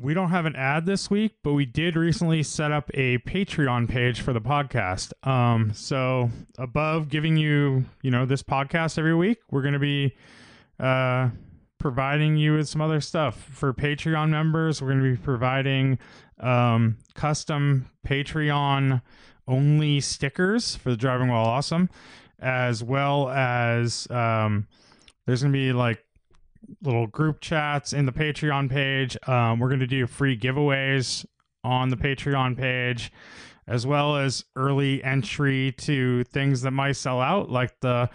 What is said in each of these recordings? We don't have an ad this week, but we did recently set up a Patreon page for the podcast. Um, so above giving you, you know, this podcast every week, we're going to be uh, providing you with some other stuff for Patreon members. We're going to be providing um, custom Patreon only stickers for the Driving While Awesome, as well as um, there's going to be like little group chats in the Patreon page. Um, we're going to do free giveaways on the Patreon page, as well as early entry to things that might sell out, like the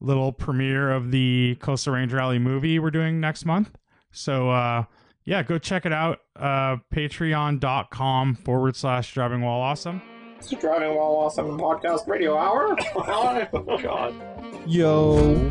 little premiere of the Coastal Range Rally movie we're doing next month. So, uh, yeah, go check it out. Uh, Patreon.com forward slash driving while awesome. It's the Driving While Awesome podcast radio hour. oh, God. Yo,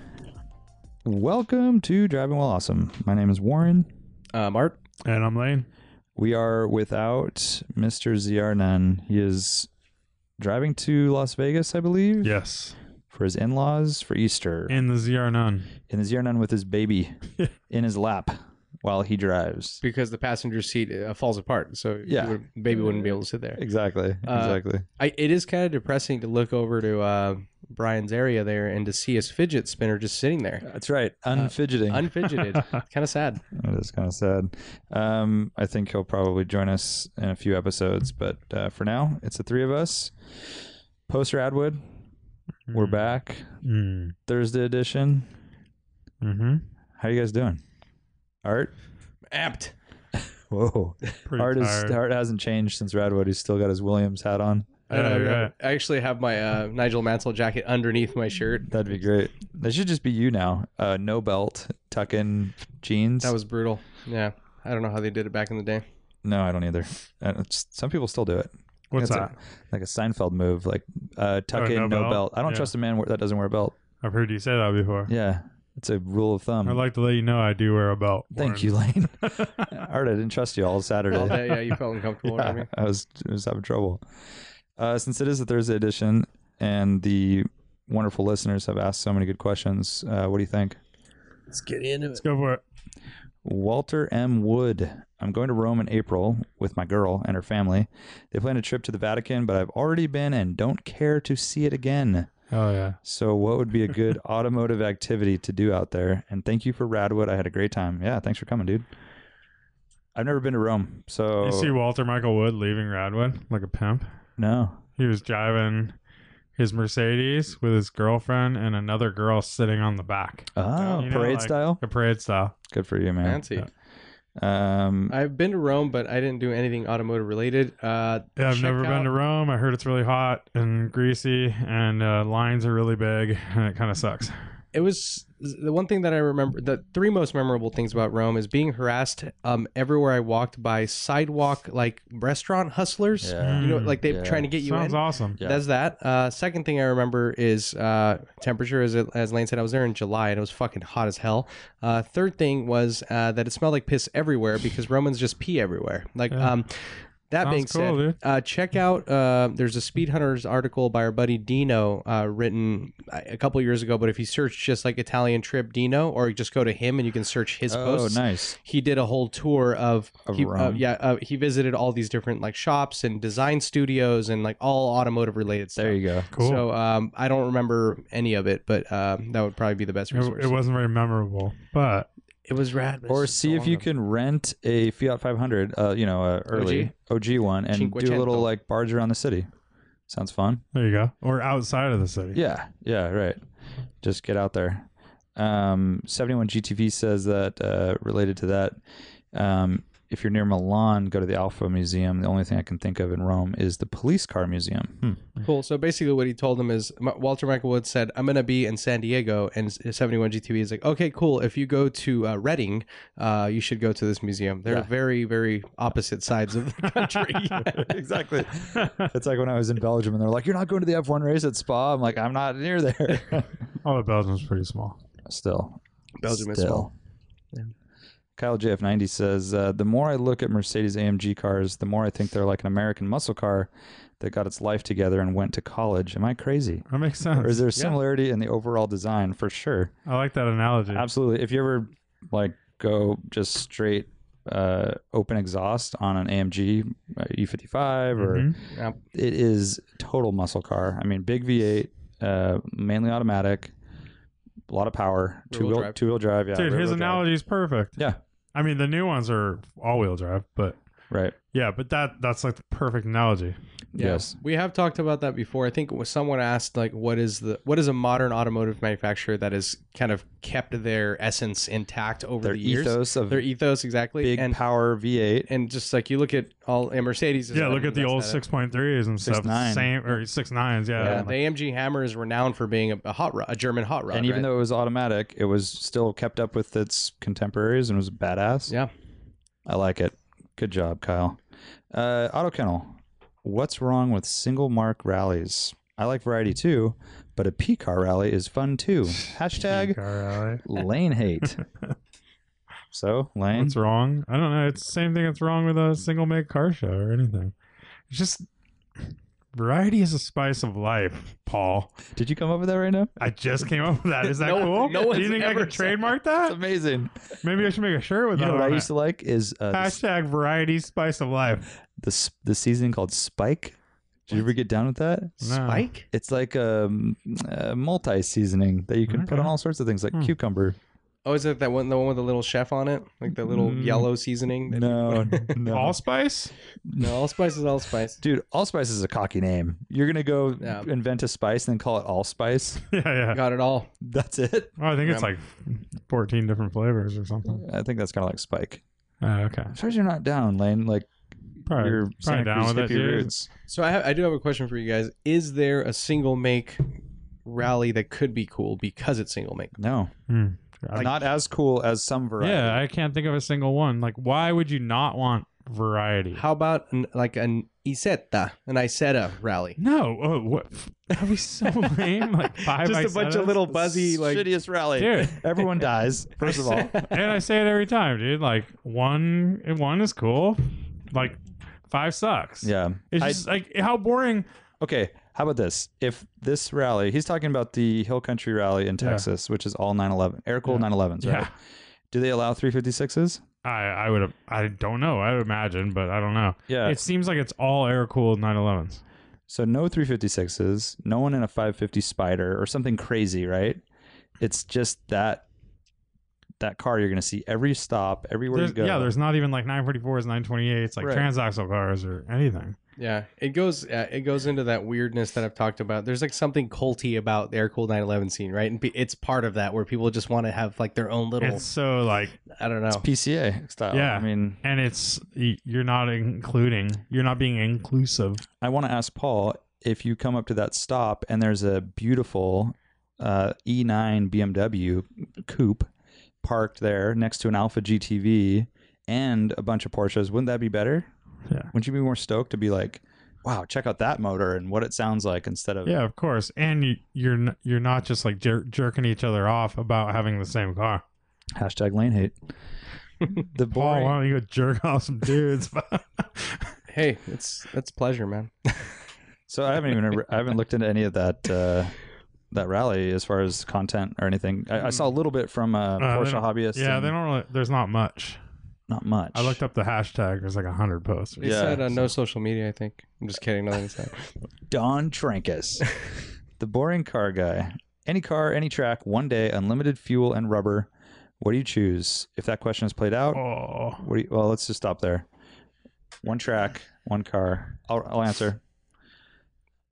Welcome to Driving While Awesome. My name is Warren. Um, Art, And I'm Lane. We are without Mr. Ziarnan. He is driving to Las Vegas, I believe, Yes. for his in laws for Easter. In the ZR none. and the Ziernan with his baby in his lap while he drives. because the passenger seat uh, falls apart, so Yeah. you would- baby wouldn't be able to sit there. Exactly. Uh, Exactly. I, it is kind of depressing to look over to uh, Brian's area there and to see his fidget spinner just sitting there, That's right. Unfidgeting. unfidgeted. kind of sad. that is kind of sad. Um, I think he'll probably join us in a few episodes, but uh, for now, it's the three of us. Post Radwood, we're Hmm. back. Mm. Thursday edition. hmm How you guys doing? Art? Apt. Whoa. Pretty Art, is, tired. Art hasn't changed since Radwood. He's still got his Williams hat on. I, don't Yeah, know, right. I actually have my uh, Nigel Mansell jacket underneath my shirt. That'd be great. That should just be you now. Uh, no belt, tuck in jeans. That was brutal. Yeah. I don't know how they did it back in the day. No, I don't either. Uh, it's- some people still do it. What's That's that? A, like a Seinfeld move, like uh, tuck Oh, in, no no, belt? belt. I don't Yeah. trust a man where- that doesn't wear a belt. I've heard you say that before. Yeah, it's a rule of Um, thumb. I'd like to let you know I do wear a belt. Thank you, Lane. Art, I didn't trust you all All Saturday. day, yeah, you felt uncomfortable. I Yeah, mean. I was I was having trouble. Uh, since it is a Thursday edition, and the wonderful listeners have asked so many good questions, uh, what do you think? Let's get into it. Let's go for it. Walter M. Wood. I'm going to Rome in April with my girl and her family. They plan a trip to the Vatican, but I've already been and don't care to see it again. Oh yeah. So, what would be a good automotive activity to do out there? And thank you for Radwood. I had a great time. Yeah, thanks for coming, dude. I've never been to Rome, so You see Walter Michael Wood leaving Radwood like a pimp. no. He was driving his Mercedes with his girlfriend and another girl sitting on the back, Oh, You know, parade like- style. a parade style. Good for you, man. Fancy. Um, I've been to Rome, but I didn't do anything automotive related. Uh, Yeah, I've check never out- been to Rome. I heard it's really hot and greasy, and uh, lines are really big, and it kind of sucks. it was the one thing that I remember. The three most memorable things about Rome is being harassed um, everywhere I walked by sidewalk like restaurant hustlers. yeah. You know, like they Yeah. are trying to get you Mm, Sounds in. awesome. Yeah. That's that. Uh, second thing I remember is uh, temperature. As, as Lane said, I was there in July and it was fucking hot as hell. Uh, third thing was uh, that it smelled like piss everywhere because Romans just pee everywhere. Like, Yeah. um, that Sounds being cool, said, dude. uh, check out uh, there's a Speed Hunters article by our buddy Dino, uh, written a a couple years ago. But if you search just like Italian trip Dino, or just go to him and you can search his oh, posts nice. he did a whole tour of, Of he, Rome. yeah uh, he visited all these different like shops and design studios and like all automotive related stuff. There you go. Cool. So um, I don't remember any of it, but um, that would probably be the best resource. it, it wasn't very memorable, but It was rad. or see if you can rent a Fiat 500, uh, you know, uh, early OG, one, and do a little Cinquecento. like barge around the city. Sounds fun. there you go. Or outside of the city. Yeah, yeah, right. Just get out there. Um, 71 GTV says that uh, related to that. Um, if you're near Milan, go to the Alpha Museum. The only thing I can think of in Rome is the police car museum. Cool. So basically, what he told them is M- Walter Michael Wood said, "I'm gonna be in San Diego," and s- uh, 71 GTV is like, "Okay, cool. If you go to uh, Reading, uh, you should go to this museum. They're Yeah. very, very opposite sides of the country." exactly. It's like when I was in Belgium and they're like, "You're not going to the F1 race at Spa." I'm like, "I'm not near there." Oh, the Belgium's pretty small. Still, Belgium is Still. small. Kyle JF90 says, uh, The more I look at Mercedes AMG cars, the more I think they're like an American muscle car that got its life together and went to college. Am I crazy? That makes Or is sense. there a similarity in the overall design? For sure. I like that analogy. Absolutely. If you ever like go just straight uh, open exhaust on an AMG uh, E55 or Mhm. Yep. it is total muscle car. I mean, big V8, uh, mainly automatic, a lot of power, two Rear-wheel wheel drive. two wheel drive. Yeah, Dude, rear-wheel his drive. analogy is perfect. Yeah. I mean, the new ones are all-wheel drive, but Right. yeah, but that that's like the perfect analogy. Yes. we have talked about that before. I think it was someone asked like, "What is the what is a modern automotive manufacturer that has kind of kept their essence intact over Their the years? ethos of Their ethos, exactly. big and power V8. and just like you look at all and Mercedes. is yeah, like, look at the "That's old not it." six point threes and stuff. 6.9. Same or six nines. Yeah. Yeah, Like, the AMG Hammer is renowned for being a, a hot rod, a German hot rod. and even right? though it was automatic, it was still kept up with its contemporaries and was badass. yeah, I like it. Good job, Kyle. Uh, Auto Kennel, what's wrong with single mark rallies? I like variety too, but a P car rally is fun too. Hashtag car alley. lane hate. so, lane. What's wrong? I don't know. It's the same thing that's wrong with a single make car show or anything. It's just variety is a spice of life, Paul. Did you come up with that right now? I just came up with that. Is that No- cool? no Do one's you think I ever could said trademark That's that? amazing. Maybe I should make a shirt with You know that. what I on it. used to like is uh, the, s- Hashtag variety spice of life. the, s- the seasoning called Spike. Did you ever get down with that? No. Spike. It's like a, a multi seasoning that you can put Okay. on all sorts of things, like Hmm. cucumber. Oh, is it that one? The one with the little chef on it, like the little Mm. yellow seasoning. that- No, no. Allspice? No, allspice is allspice. Dude, allspice is a cocky name. You're gonna go Yeah. invent a spice and then call it allspice. Yeah, yeah. Got it all. That's it. Oh, I think it's Yeah. like 14 different flavors or something. I think that's kind of like Spike. Oh, okay. I'm surprised you're not down, Lane. Like Probably, your probably Santa down Cruz with it, hippie dude. roots. So I, ha- I do have a question for you guys. Is there a single make rally that could be cool because it's single make? No, Hmm. Like- not as cool as some variety. Yeah, I can't think of a single one. Like, why would you not want variety? How about an, like an Isetta, an Isetta rally? No, oh, what? That was so lame. Like five. Just I a said bunch of it. little buzzy like. shittiest rally. Dude. Everyone dies. First of all, And I say it every time, dude. Like one, one is cool. Like five sucks. yeah. It's I- just like how boring. Okay, how about this? If this rally, he's talking about the Hill Country rally in Yeah. Texas, which is all 911, air cooled Yeah. 911s, right? Yeah. Do they allow 356s? I I would I don't know. I would imagine, but I don't know. Yeah. It seems like it's all air cooled 911s. so no 356s, no one in a 550 Spider or something crazy, right? It's just that that car you're going to see every stop, everywhere There's, you go. yeah, there's not even like 944s, 928s, like Right. transaxle cars or anything. Yeah, it goes uh, it goes into that weirdness that I've talked about. There's like something culty about the air cooled 911 scene, right? And pe- it's part of that where people just want to have like their own little It's so like, I don't know. PCA style. Yeah. I mean, and it's y- you're not including, you're not being inclusive. I want to ask Paul if you come up to that stop and there's a beautiful uh, E9 BMW coupe parked there next to an Alpha GTV and a bunch of Porsches, wouldn't that be better? Yeah. Wouldn't you be more stoked to be like, wow, check out that motor and what it sounds like instead of Yeah, of course. And you, you're n- you're not just like jer- jerking each other off about having the same car. hashtag lane hate? the Paul, boring. why don't you go jerk off some dudes? Hey, it's that's pleasure, man. So I haven't even I haven't looked into any of that uh, that rally as far as content or anything. I, I saw a little bit from uh, they Porsche don't- hobbyist. yeah, and they don't really. There's not much. not much. I looked up the hashtag. There's like a hundred posts. They Yeah, said uh, no social media. I think I'm just kidding. Nothing said. Don Trankus, the boring car guy. Any car, any track, one day, unlimited fuel and rubber. What do you choose? If that question is played out, Oh, what do you, well, let's just stop there. One track, one car. I'll, I'll answer.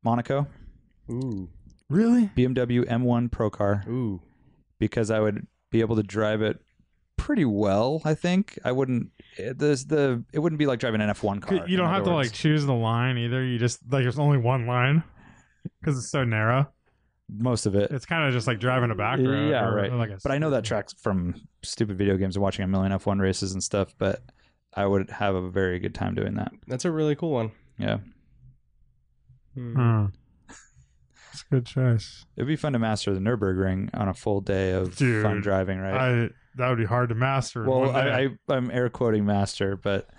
Monaco, Ooh, really? BMW M1 Pro Car, ooh. because I would be able to drive it pretty well. I think I wouldn't. It, the the it wouldn't be like driving an F one car. you in don't other have to words. like choose the line either. You just like there's only one line because it's so narrow. most of it. It's kind of just like driving a back road. Yeah, or- right. or like a- But I know that track from stupid video games and watching a million F one races and stuff. But I would have a very good time doing that. That's a really cool one. Yeah, Hmm. It's a good choice. it'd be fun to master the Nurburgring on a full day of fun Dude, driving, right? I that would be hard to master. in well, one day. I, I I'm air quoting master, but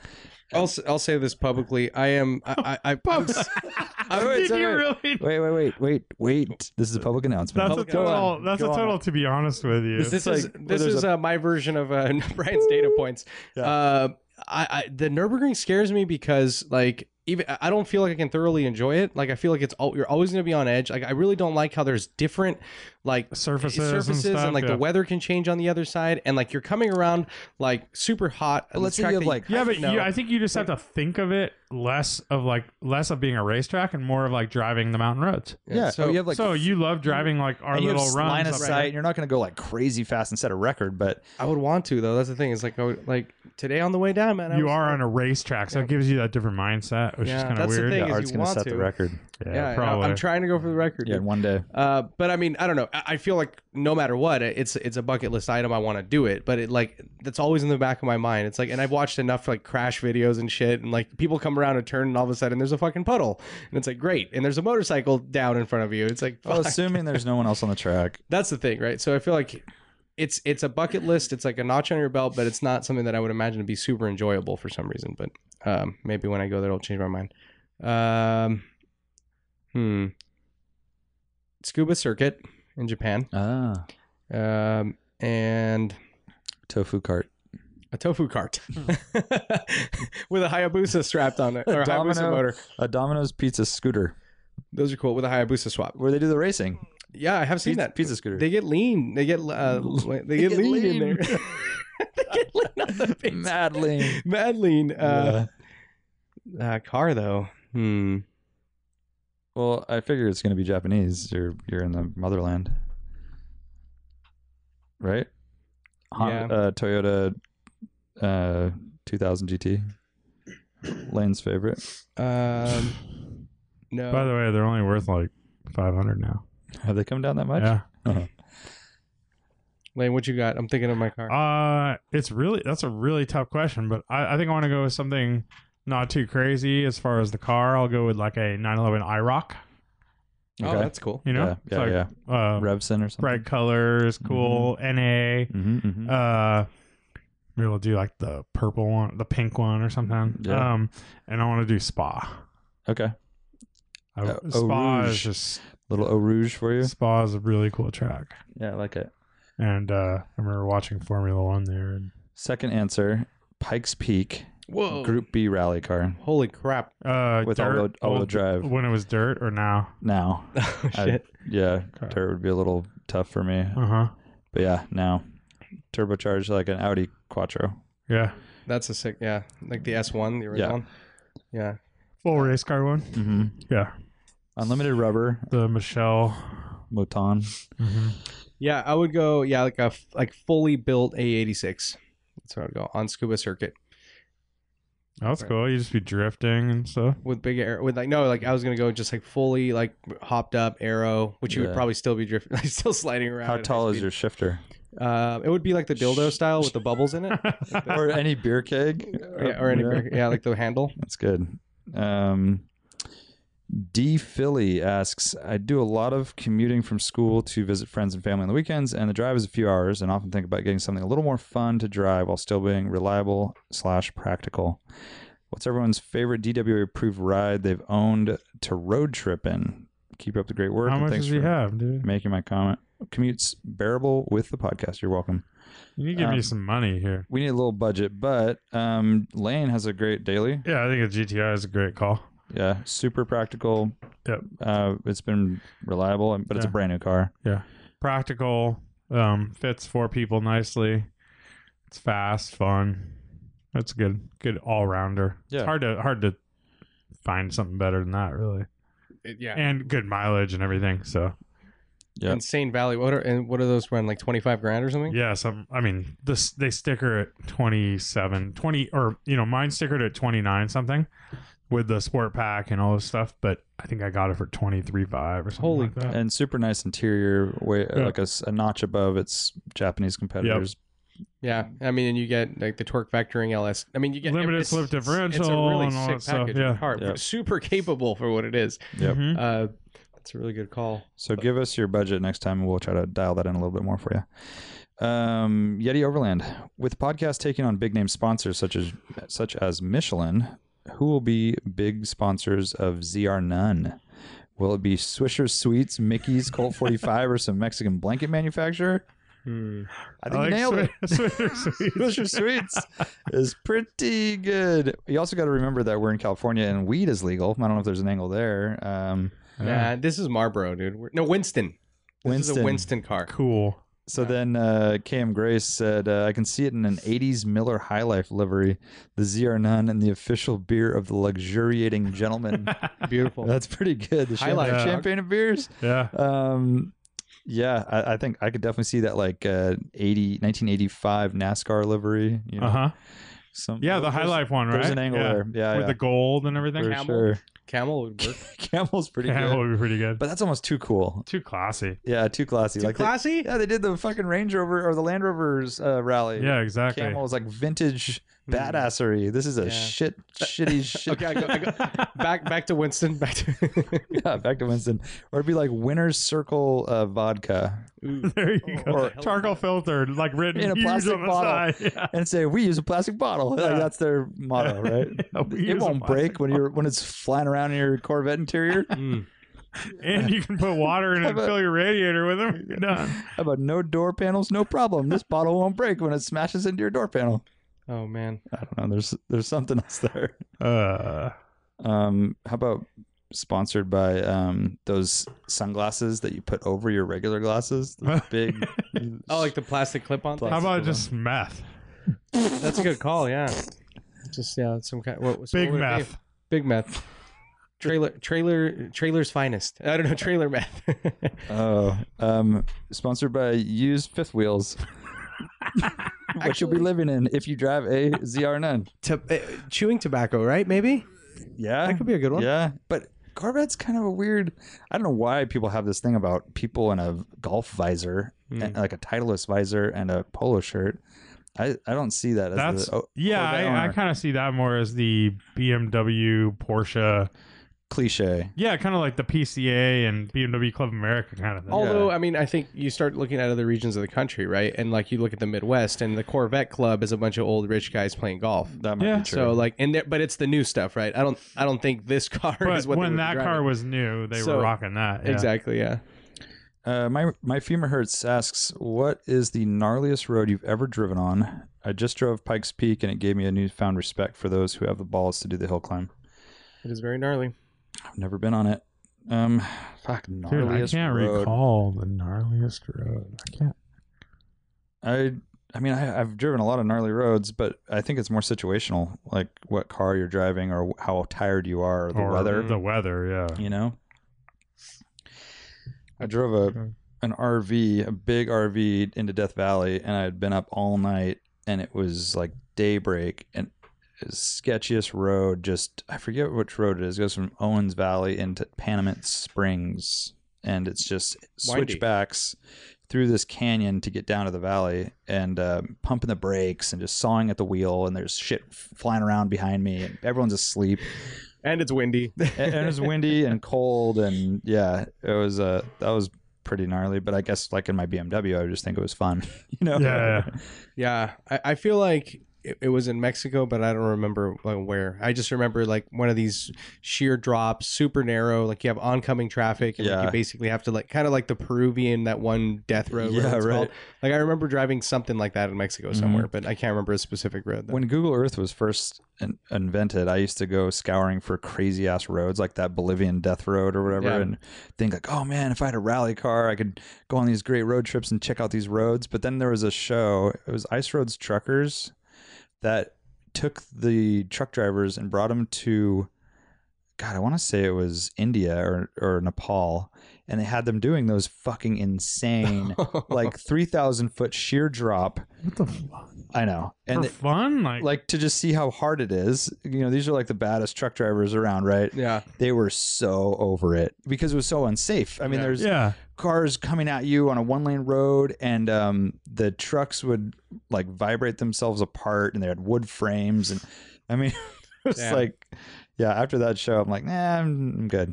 I'll s- I'll say this publicly. I am I I, I Oh, wait, Did sorry. you really? Wait, wait, wait, wait, wait! This is a public announcement. That's a Go total. on, that's a go on. total. To be honest with you, this like is where this there's is uh, my version of uh, Brian's data points. Yeah. Uh, I, I the Nurburgring scares me because like even I don't feel like I can thoroughly enjoy it. Like I feel like it's all you're always going to be on edge. Like I really don't like how there's different like surfaces, and, surfaces and, stuff, like yeah. the weather can change on the other side and like you're coming around like super hot. on Well, let's this say track you have, that like- Yeah, but no. you, I think you just have to think of it less of like less of being a racetrack and more of like driving the mountain roads. yeah. so- So you have like so you love driving like our and you have little runs. line of up sight. You're not going to go like crazy fast and set a record, but I would want to though. That's the thing. It's like I would, like today on the way down, man. I there. You was- are on a racetrack, so it gives you that different mindset, which is Yeah, kind of that's the weird. thing. yeah, is Art's you going to want set the to. record. Yeah, Yeah, probably. I'm trying to go for the record. Yeah, dude. in one day. Uh, but I mean, I don't know. I, I feel like no matter what, it's it's a bucket list item. I want to do it, but it like that's always in the back of my mind. It's like, and I've watched enough like crash videos and shit, and like people come around a turn, and all of a sudden there's a fucking puddle, and it's like great, and there's a motorcycle down in front of you. It's like, Well, fuck. assuming there's no one else on the track. that's the thing, right? So I feel like it's it's a bucket list. It's like a notch on your belt, but it's not something that I would imagine to be super enjoyable for some reason. But um, maybe when I go there, it'll change my mind. Um, hmm. Scuba circuit in Japan, Ah, um, and tofu cart. a tofu cart with a Hayabusa strapped on it, or a Hayabusa domino. motor. A Domino's pizza scooter Those are cool with a Hayabusa swap. where they do the racing. Yeah, I have seen Pizza, that. pizza scooter. They get lean. They get uh, they get, get lean, in lean. there. they get lean on the pizza. Madly. Madeline, uh, uh, car though. Hmm. Well, I figure it's going to be Japanese. You're you're in the motherland, right? Hon- Yeah. Uh, Toyota, uh, 2000 GT. Lane's favorite. Um, no. By the way, they're only worth like 500 now. Have they come down that much? Yeah. Lane, what you got? I'm thinking of my car. Uh, it's really that's a really tough question, but I, I think I want to go with something not too crazy as far as the car. I'll go with like a 911 IROC. Oh, that's cool. You know, yeah, It's yeah, like, yeah. Uh, Revson or something. Mm-hmm. bright colors, cool NA. hmm hmm Uh, maybe we'll do like the purple one, the pink one, or something. Yeah. Um, and I want to do spa. okay, I, Uh, Eau spa is Rouge. just little Eau Rouge for you. spa is a really cool track, Yeah, I like it. and uh, I remember watching Formula One there. And, Second answer: Pikes Peak Whoa. Group B rally car. Holy crap. uh, With dirt, all-wheel- all-wheel with- drive. when it was dirt or now. Now, Oh, I- shit. yeah, Okay. dirt would be a little tough for me, Uh huh. but yeah, now turbocharged like an Audi Quattro. Yeah, That's a sick. Yeah. Like the S1, the Yeah. original one. full race car one. Mm-hmm. Yeah, Unlimited rubber, the Michelle. Moton. Mm-hmm. Yeah. Yeah. I would go. Yeah. Like a f- like fully built A86. That's what I would go on scuba circuit That's Right. cool. You just be drifting and stuff. with big air with like no like I was gonna go just like fully like hopped up arrow which you would Yeah. probably still be drifting like still sliding around. How at high tall is speed. your shifter? Uh, it would be like the dildo style with the bubbles in it. or any beer keg? yeah, or any yeah. yeah, like the handle. That's good. Um, D Philly asks, I do a lot of commuting from school to visit friends and family on the weekends, and the drive is a few hours, and often think about getting something a little more fun to drive while still being reliable slash practical. What's everyone's favorite DWA approved ride they've owned to road trip in? Keep up the great work. How and much thanks does he for have, dude? making my comment. Commutes bearable with the podcast. You're welcome You need to give me Um, some money here. we need a little budget, but um, Lane has a great daily. Yeah, I think a GTI is a great call. Yeah, super practical. Yep. Uh, it's been reliable, but it's a Yeah. brand new car. practical um fits four people nicely it's fast fun that's good good all-rounder Yeah. it's hard to hard to find something better than that really It- yeah. and good mileage and everything so Yeah. insane value. What are and what are those run like twenty five grand or something? Yes, I'm, I mean this. They sticker at 27, 20, or you know, mine stickered at 29 something with the sport pack and all this stuff. But I think I got it for 23 five or something. Holy like that. and super nice interior, way Yeah. like a, s- a notch above its Japanese competitors. Yeah, I mean, and you get like the torque vectoring LS. I mean, you get Limited it's- slip It's a differential really and all sick that stuff, package. yeah. of car, but Yeah. super capable for what it is. Yep. Mhm. Uh, that's a really good call. So give us your budget next time, and we'll try to dial that in a little bit more for you. Um, Yeti Overland, with podcasts taking on big name sponsors such as such as Michelin, who will be big sponsors of ZR None? Will it be Swisher Sweets, Mickey's, Colt 45, or some Mexican blanket manufacturer? I think you nailed it. Swisher Sweets is pretty good. You also got to remember that we're in California and weed is legal. I don't know if there's an angle there. Um, Nah, this is Marlboro, dude. We're, no, Winston. This is a Winston. Winston car. Cool. So then uh, KM Grace said, uh, I can see it in an 80s Miller High Life livery, the ZR9, and the official beer of the luxuriating gentleman. Beautiful. That's pretty good. The High champagne, Life, dog. champagne and beers. Yeah. Um, yeah, I, I think I could definitely see that like uh, 80, 1985 NASCAR livery. You know, Uh huh. some, Yeah, the high there's- life one, right? There's an angle yeah. there. Yeah, with yeah. the gold and everything. for Camel. sure. Camel would work. Camel's pretty Yeah, that good. would be pretty good. But that's almost too cool. Too classy. Yeah, too classy. like they- classy. yeah, they did the fucking Range Rover or the Land Rover's uh, rally. Yeah, exactly. Camel is like vintage Hmm. badassery. This is a Yeah. shit, shitty shit. Okay, I go, I go, back back to Winston. Back to Yeah, back to Winston. Or it'd be like Winner's Circle uh, vodka, Ooh, There you go. Or- Charcoal filter, like written In a huge plastic on the bottle. side. Yeah. and say we use a plastic bottle. Like, Yeah. that's their motto, right? Yeah, we use it a won't plastic break when you're when it's flying around in your Corvette interior. mm. And you can put water in it and Have a- fill your radiator with them. You're done. How about no door panels? No problem. This bottle won't break when it smashes into your door panel. Oh man, I don't know. There's there's something else there. Uh, Um, how about sponsored by um those sunglasses that you put over your regular glasses? Those big. oh like the plastic clip-on. thing? how That's about the just meth? That's a good call. Yeah, just yeah, some kind. What, so Big what would it be? meth. Big meth. Trailer, trailer, trailer's finest. I don't know, trailer meth. Oh, um, sponsored by used fifth wheels. what you'll be living in if you drive a ZR9. to, uh, chewing tobacco, right? Maybe Yeah, that could be a good one. yeah, but Corvette's kind of a weird. I don't know why people have this thing about people in a golf visor, Mm. and, like a Titleist visor and a polo shirt. I, I don't see that as That's the oh, yeah. Corvette owner. I, I kind of see that more as the BMW, Porsche. cliche. Yeah, kind of like the PCA and BMW Club America kind of thing. Although, I mean, I think you start looking at other regions of the country, right? And like you look at the Midwest, and the Corvette Club is a bunch of old rich guys playing golf. That might Yeah. be true. So like, and there, but it's the new stuff, right? I don't, I don't think this car but is what they when would be that driving. car was new, they So- were rocking that. Yeah. exactly, yeah. Uh, my my femur hurts asks, what is the gnarliest road you've ever driven on? I just drove Pikes Peak and it gave me a newfound respect for those who have the balls to do the hill climb. It is very gnarly. I've never been on it. Um, fuck Dude, I gnarliest can't road. recall the gnarliest road. I can't. I I mean I, I've driven a lot of gnarly roads, but I think it's more situational, like what car you're driving or how tired you are, or the or weather. The weather, yeah. you know i drove a an rv a big rv into death valley and i had been up all night and it was like daybreak and it was sketchiest road just i forget which road it is it goes from owens valley into panamint springs and it's just Windy. switchbacks through this canyon to get down to the valley and um, pumping the brakes and just sawing at the wheel and there's shit flying around behind me and everyone's asleep And it's windy. and, and it was windy and cold and yeah it was uh that was pretty gnarly but i guess like in my bmw i just think it was fun you know Yeah, Yeah, I, I feel like it, it was in Mexico, but I don't remember like, where. I just remember like one of these sheer drops, super narrow. Like you have oncoming traffic, and like, Yeah. you basically have to like kind of like the Peruvian that one death road. whatever Yeah, it's right. Mm-hmm. called. Like I remember driving something like that in Mexico somewhere, but I can't remember a specific road. Though. when google earth was first in- invented i used to go scouring for crazy ass roads like that bolivian death road or whatever Yeah. and think like oh man if i had a rally car i could go on these great road trips and check out these roads but then there was a show it was ice roads truckers that took the truck drivers and brought them to God, I want to say it was India or, or Nepal, and they had them doing those fucking insane, like 3,000 foot sheer drop. What the fuck? I know. For And it- fun? Like, like to just see how hard it is. You know, these are like the baddest truck drivers around, right? yeah. They were so over it because it was so unsafe. I mean, Yeah. there's yeah. cars coming at you on a one lane road and um, the trucks would like vibrate themselves apart and they had wood frames and i mean it's Damn. like yeah after that show i'm like nah i'm, I'm good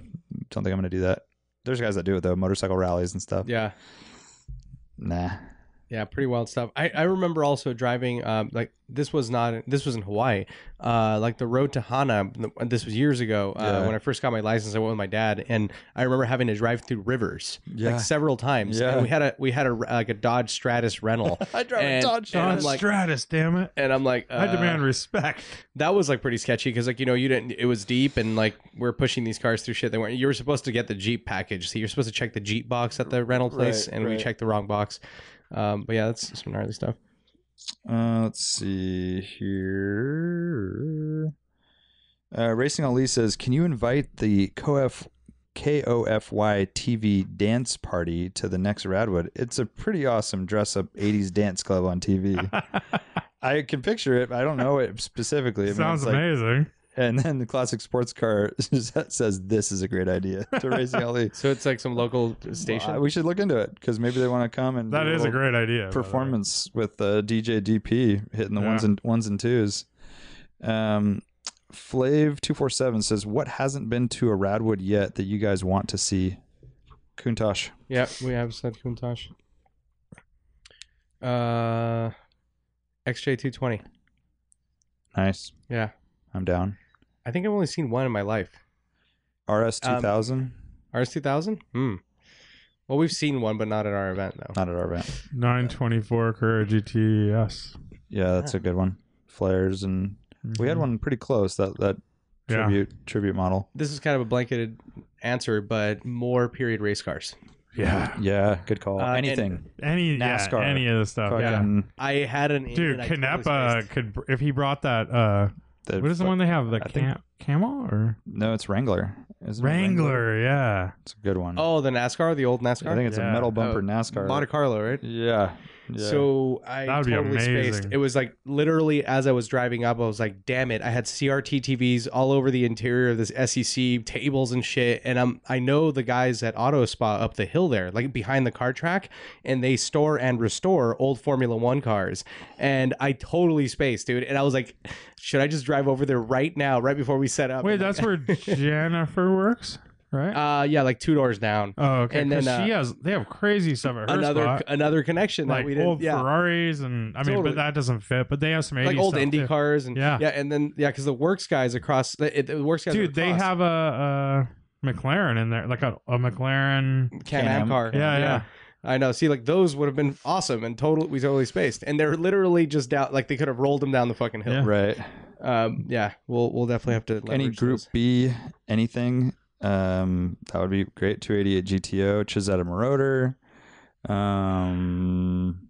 don't think i'm gonna do that there's guys that do it though motorcycle rallies and stuff Yeah. nah Yeah, pretty wild stuff. I, I remember also driving um like this was not this was in Hawaii. Uh like the road to Hana this was years ago uh, Yeah. when I first got my license I went with my dad and I remember having to drive through rivers Yeah. like several times. Yeah. And we had a we had a like a Dodge Stratus rental. i drive And- Dodge and I'm Don like- Stratus, damn it. And I'm like, uh, I demand respect. that was like pretty sketchy because like you know you didn't. It was deep and like we're pushing these cars through shit. They weren't. You were supposed to get the Jeep package, so you're supposed to check the Jeep box at the rental place, Right, and we right. checked the wrong box. Um, but yeah, that's some gnarly stuff. Uh, let's see here. Uh, Racing Ali says, "Can you invite the KOF KOFY TV dance party to the next Radwood? It's a pretty awesome dress up '80s dance club on TV. I can picture it. I don't know it specifically. I mean, Sounds it's like- amazing. and then the classic sports car says, "This is a great idea." To Racing Ali, So it's like some local station. Well, we should look into it because maybe they want to come and That do is a little- great idea. by the way. performance with uh, DJ DP hitting the ones Yeah. and ones and twos. Um, Flav two four seven says, "What hasn't been to a Radwood yet that you guys want to see?" Kuntosh. Yeah, we have said Kuntosh. Uh, XJ220. Nice. Yeah, I'm down. I think I've only seen one in my life. RS two Um, thousand. RS2000. Hmm. Well, we've seen one, but not at our event though. Not at our event. 924 Carrera GTS. Yeah, that's a good one. Flares and we had Mhm. one pretty close. That that Yeah. tribute tribute model. This is kind of a blanketed answer, but more period race cars. Yeah. Yeah, good call. Uh, and- Anything. Any NASCAR. Yeah, any of the stuff. oh, Yeah. Fucking- I had an Dude, and I totally Canepa spaced. could br- if he brought that uh the what is the fuck- one they have? The I think- cam- camel or No, it's Wrangler. Isn't it Wrangler, yeah. It's a good one. Oh, the NASCAR, the old NASCAR. I think it's Yeah. a metal bumper Oh, NASCAR. Monte Carlo, right? Yeah. yeah. So I That would be totally spaced. amazing. It was like literally as I was driving up, I was like, "Damn it!" I had CRT TVs all over the interior of this SEC tables and shit. And I'm I know the guys at Auto Spa up the hill there, like behind the car track, and they store and restore old Formula One cars. And I totally spaced, dude. And I was like, "Should I just drive over there right now, right before we set up?" Wait, And, that's like, where uh, Jennifer works, right? uh yeah, like two doors down. oh, okay. and Because then, uh, she has they have crazy stuff at her another spot, another connection that like we didn't. old yeah. Ferraris and I mean, Totally. but that doesn't fit. But they have some 80s like old stuff, indie too. cars and Yeah. yeah, and then yeah, because the works guys across the, it- the works guys, Dude, they have a, a McLaren in there, like a, a McLaren. Can Can-Am. Am car. Yeah, yeah. I know. See, like those would have been awesome and total. We totally spaced, and they're literally just down. Like they could have rolled them down the fucking hill. right. Yeah. Um, yeah, we'll we'll definitely have to Any leverage group those. B, anything, um, that would be great. 288 GTO, Chisetta Marauder. Um,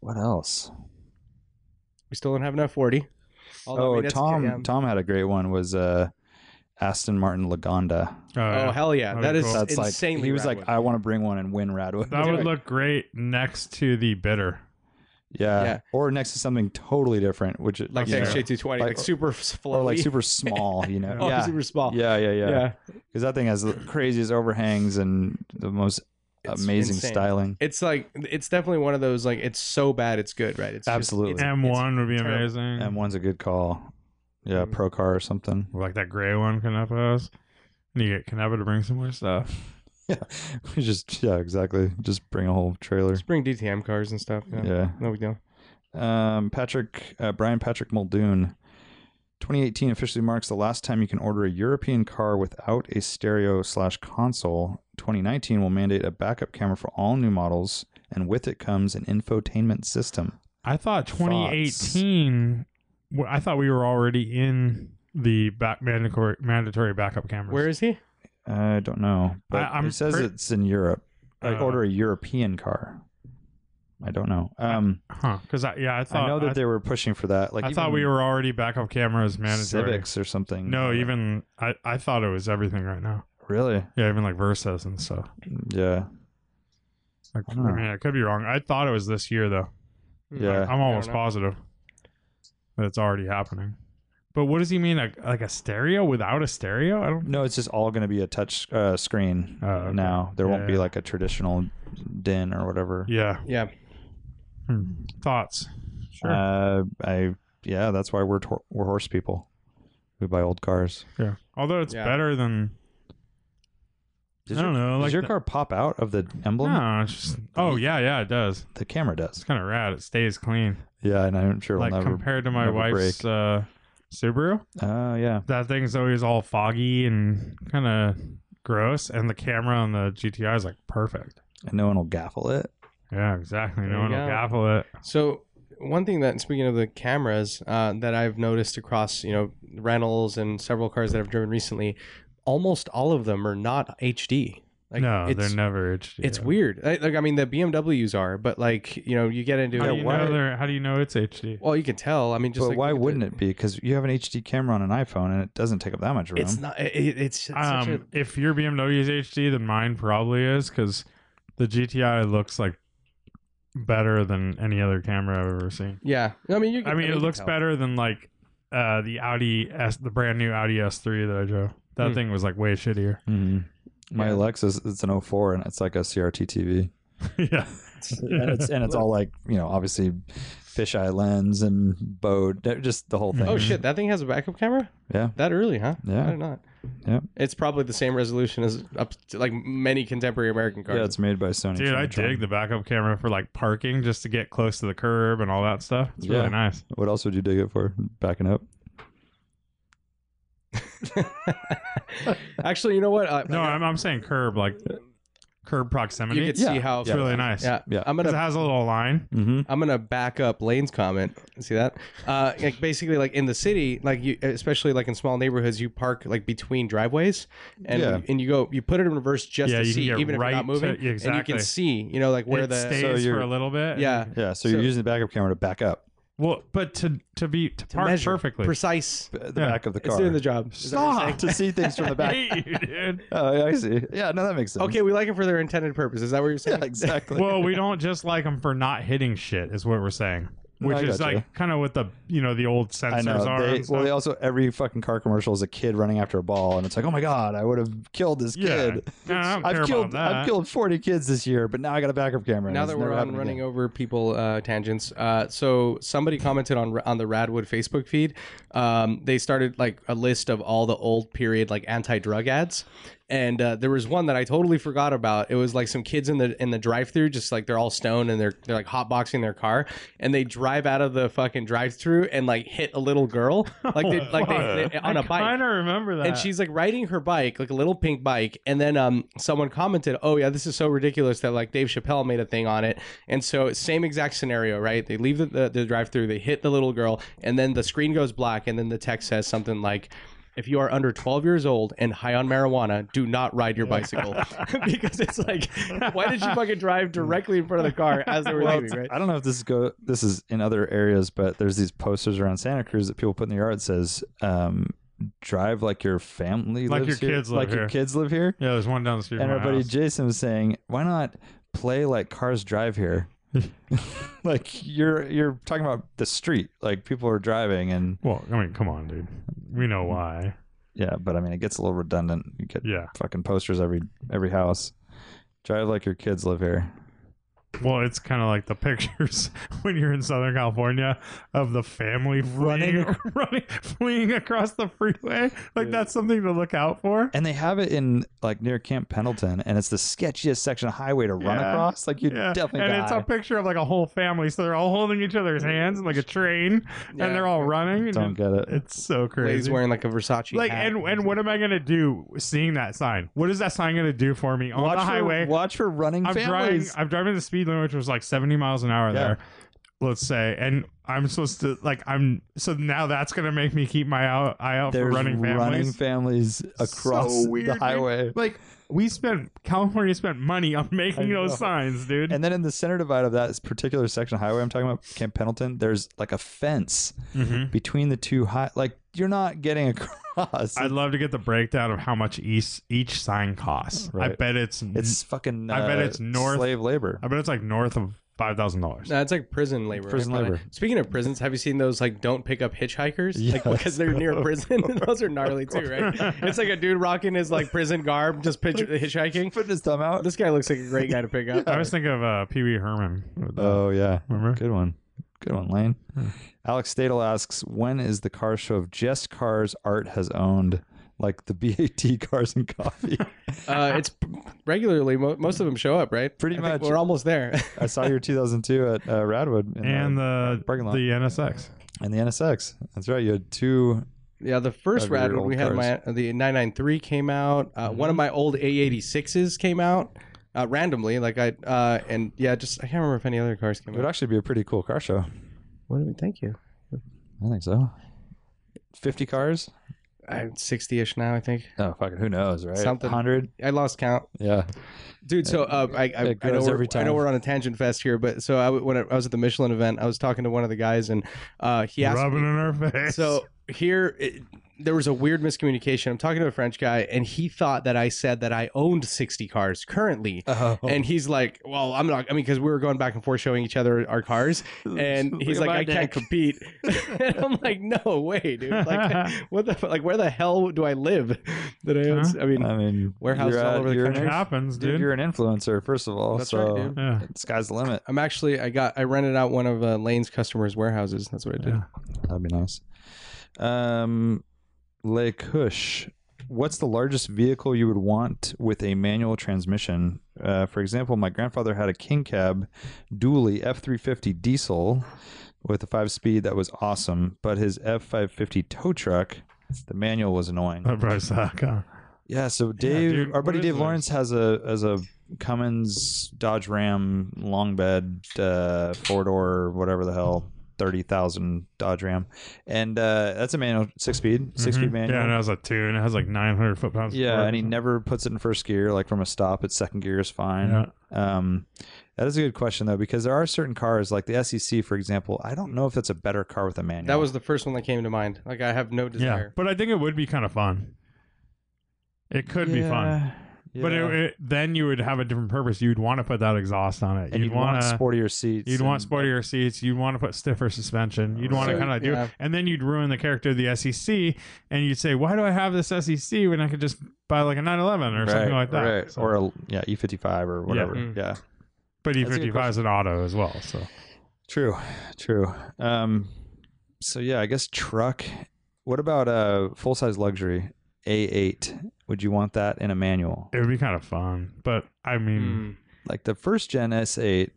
what else? We still don't have enough forty. Although, I oh, mean, that's Tom. KM. Tom had a great one. Was uh, Aston Martin Lagonda. Oh, Oh yeah. hell yeah, That'd that be is cool. That's like insanely. he was rad like, one. I want to bring one and win Radwood. that would Dude. look great next to the bitter. yeah. Yeah. Or next to something totally different, which it- like you the Yeah. know, XJ220, like, Like- super flowy, or like super small. You know. oh, yeah. super small. yeah. Yeah. Yeah. yeah. because that thing has the craziest overhangs and the most It's amazing insane. styling. It's like it's definitely one of those like it's so bad it's good, right? It's just- Absolutely. it's- M one would be terrible. amazing. M1's a good call. Yeah, Mm. pro car or something. Or like that gray one Canepa has. And you get Canepa to bring some more stuff. Yeah, We just yeah, exactly. Just bring a whole trailer. Just bring DTM cars and stuff. Yeah. Yeah. No big deal. Um, Patrick uh, Brian Patrick Muldoon. 2018 officially marks the last time you can order a European car without a stereo slash console. 2019 will mandate a backup camera for all new models, and with it comes an infotainment system. I thought 2018. w- I thought we were already in the back mandatory mandatory backup cameras. Where is he? I don't know, but I'm it says pre- it's in Europe. Like Uh, order a European car. I don't know. Um, Huh? Because I, yeah, I I, thought know that I, they were pushing for that. Like I thought even we were already backup cameras mandatory. civics or something. Uh, No, even I, I thought it was everything right now. really. Yeah, even like Versus and stuff. Yeah, Like, I, I don't know. mean, I could be wrong. I thought it was this year though. Yeah. I'm almost know. positive that it's already happening. But what does he mean? Like, like a stereo without a stereo? I don't. no, it's just all going to be a touch uh, screen Oh, okay. now. There won't be Yeah. like a traditional din or whatever. Yeah. Yeah. Hmm. Thoughts? Sure. Uh, I yeah, that's why we're tor- we're horse people. We buy old cars. yeah. Although it's Yeah. better than Does I don't your, know. Does like your the- car pop out of the emblem? No, it's just, oh yeah, yeah, it does. The camera It's does. kind of rad. It stays clean. Yeah, and I'm sure like it'll never. compared to my never wife's uh, Subaru, Oh yeah, that thing's always all foggy and kind of gross, and the camera on the GTI is like perfect. and no one will gaffle it. Yeah, exactly. There No you one will go. gaffle it. So one thing that speaking of the cameras uh, that I've noticed across you know rentals and several cars that I've driven recently, almost all of them are not HD. Like no, it's, they're never HD. It's weird. Like, like, I mean, the BMWs are, but like you know, you get into How do you why- know they're? How do you know it's HD? Well, you can tell. I mean, just but like, why look at wouldn't the- it be? Because you have an HD camera on an iPhone, and it doesn't take up that much room. It's not. It, it- it's it's such um, if your BMW is HD, then mine probably is because the GTI looks like better than any other camera I've ever seen. a- yeah. I mean, you. Can, I mean, you it can looks tell. better than like uh, the Audi S, the brand new Audi S3 that I drove. That Hmm. thing was like way shittier. Mhm. My Yeah. Lexus, it's an 04, and it's like a CRT TV, yeah, and it's and it's all like you know, obviously, fisheye lens and bowed, they're just the whole thing. Oh shit! That thing has a backup camera. Yeah. That early, huh? Yeah. I did not. Yeah. It's probably the same resolution as up to, like many contemporary American cars. Yeah, it's made by Sony. dude, I Trinitron. dig the backup camera for like parking just to get close to the curb and all that stuff. It's Yeah. really nice. What else would you dig it for? Backing up. Actually, you know what? I, No, I'm, I'm saying curb like curb proximity. you could Yeah. see how. it's really nice. Yeah. uh, Yeah. I'm 'Cause gonna it has a little line. Mm-hmm. I'm gonna back up Lane's comment. See that? Uh, like basically, like in the city, like you, especially like in small neighborhoods, you park like between driveways, and Yeah. and you go, you put it in reverse just Yeah, to you can see, get even if you're right not moving, to- yeah, and you exactly. can see, you know, like where it the So stays for you're- a little bit. yeah, Yeah. So, So- you're using the backup camera to back up Well, but to to be to, to park measure perfectly. precise. b- the Yeah. back of the car. It's doing the job. Is that what you're saying? to see things from the I back. hate you, dude. Oh, yeah, I see. Yeah, no, that makes sense. Okay, we like it for their intended purpose. Is that what you're saying? Yeah, exactly. Well, we don't just like them for not hitting shit, is what we're saying. No, Which I is gotcha. like kind of what the you know the old I sensors know. are. They, and stuff. well, they also every fucking car commercial is a kid running after a ball, and it's like, oh my god, I would have killed this Yeah. kid. No, I don't care I've about killed, that. I've killed forty kids this year, but now I got a backup camera. and now it's that we're never on happened running again. over people uh, tangents, uh, so somebody commented on on the Radwood Facebook feed. Um, they started like a list of all the old period like anti drug ads, and uh, there was one that I totally forgot about. It was like some kids in the in the drive through, just like they're all stoned and they're they're like hotboxing their car, and they drive out of the fucking drive through and like hit a little girl like they like they, they on a bike. kind of remember that. And she's like riding her bike, like a little pink bike, and then um someone commented, "Oh yeah, this is so ridiculous that like Dave Chappelle made a thing on it." And so same exact scenario, right? They leave the the, the drive through, they hit the little girl, and then the screen goes black, and then the text says something like. If you are under 12 years old and high on marijuana, do not ride your bicycle because it's like, why did you fucking drive directly in front of the car as they were Well, leaving, right? I don't know if this is go. This is in other areas, but there's these posters around Santa Cruz that people put in the yard that says, um, "Drive like your family, Like lives your here. kids live like your here." kids live here." yeah, there's one down the street. and from our my buddy house. Jason was saying, "Why not play like cars drive here?" like you're you're talking about the street, like people are driving, and well, I mean, come on, dude. We know why. yeah. But I mean, it gets a little redundant. You get Yeah. fucking posters every every house. Drive like your kids live here. Well, it's kind of like the pictures when you're in Southern California of the family running, fleeing, running, fleeing across the freeway. Like that's something to look out for. And they have it in like near Camp Pendleton, and it's the sketchiest section of highway to run Yeah. across. Like you Yeah, definitely and die. it's a picture of like a whole family, so they're all holding each other's hands like a train, and they're all running. and Don't get it. It's so Lady's crazy. wearing like a Versace Like, hat. and and what am I gonna do seeing that sign? What is that sign gonna do for me on watch the highway? For, watch for running I'm driving. families. I'm driving the speed limit, which was like 70 miles an hour Yeah. there. let's say, and I'm supposed to like I'm so now that's gonna make me keep my out, eye out There's for running families. running families across So weird, the dude. highway. like we spent California spent money on making I know. those signs, dude. And then in the center divide of that particular section of highway I'm talking about, Camp Pendleton, there's like a fence Mhm. between the two high. Like you're not getting across. I'd love to get the breakdown of how much each each sign costs. I Right. bet it's it's fucking. I bet uh, it's north- slave labor. I bet it's like north of five thousand dollars. No, it's like prison labor. Prison right? labor. Speaking of prisons, have you seen those like don't pick up hitchhikers? Like Yes. Oh, because they're near a prison. those are gnarly too, right? It's like a dude rocking his like prison garb, just pitch- hitchhiking. Putting his thumb out. This guy looks like a great guy to pick up. I was thinking of uh, Pee Wee Herman. with that. Oh yeah, Remember? good one. Good one, Lane. Hmm. Alex Stadel asks, when is the car show of just cars art has owned, like the BAT cars and coffee? Uh, it's regularly mo- most of them show up, right? Pretty I think much. We're almost there. I saw your 2002 at uh, Radwood in and the, the parking lot. the NSX. and the NSX. That's right. You had two. yeah, the first Of your rad when old Mm-hmm. we had my the 993 came out. Uh, One of my old A86s came out uh, randomly, like I uh, and yeah, just I can't remember if any other cars It came would out. actually be a pretty cool car show. What do we thank you? I think so. 50 cars? I'm 60ish now, I think. Oh, fucking who knows, right? Something. 100? I lost count. Yeah. dude. So uh, I, I, it I know grows we're, every I time. know we're on a tangent fest here, but so I, when I, I was at the Michelin event, I was talking to one of the guys, and uh, he asked Rubbing me. in our face. So here, it, there was a weird miscommunication. I'm talking to a French guy, and he thought that I said that I owned 60 cars currently. Oh. And he's like, "Well, I'm not. I mean, because we were going back and forth showing each other our cars, and he's like, I can't compete." and I'm like, "No way, dude! Like, what the fu- like? Where the hell do I live? That I own? s- I mean, I mean, warehouses you're all at- over the you're an it country. inf- happens, Dude, dude. you're an influencer, first of all. That's so right, dude. yeah. sky's the limit. I'm actually I got I rented out one of uh, Lane's customers' warehouses. That's what I did. Yeah. That'd be nice. Um, Le Cush, what's the largest vehicle you would want with a manual transmission? Uh, for example, my grandfather had a King Cab dually F350 diesel with a five speed that was awesome, but his F550 tow truck, the manual was annoying. That probably suck, huh? Yeah, so Dave, dude, our what buddy is Dave this? Lawrence has a as a Cummins Dodge Ram long bed uh, four door whatever the hell thirty thousand Dodge Ram, and uh, that's a manual six speed six Mhm. speed manual. Yeah, Yeah, and it has a tune. It has like 900 foot pounds. of torque. and he never puts it in first gear. Like from a stop, it's second gear is fine. Yeah. Um, that is a good question though because there are certain cars like the SEC for example. I don't know if that's a better car with a manual. That was the first one that came to mind. Like I have no Yeah, desire. but I think it would be kind of fun. It could be fun, Yeah. but it, it, then you would have a different purpose. You'd want to put that exhaust on it. and you'd, want to sportier seats. You'd and- want sportier seats. You'd want to put stiffer suspension. You'd want to So, kind of do, yeah. and then you'd ruin the character of the SEC. And you'd say, "Why do I have this SEC when I could just buy like a 911 or something like that?" Right. So- or a, yeah, E fifty five or whatever. Yeah. Mm. but a good E55 is an auto as well. So True. True. Um so yeah, I guess truck. What about uh full size luxury? A eight. Would you want that in a manual? it would be kind of fun. But I Hmm. mean, Mm. Like the first gen S eight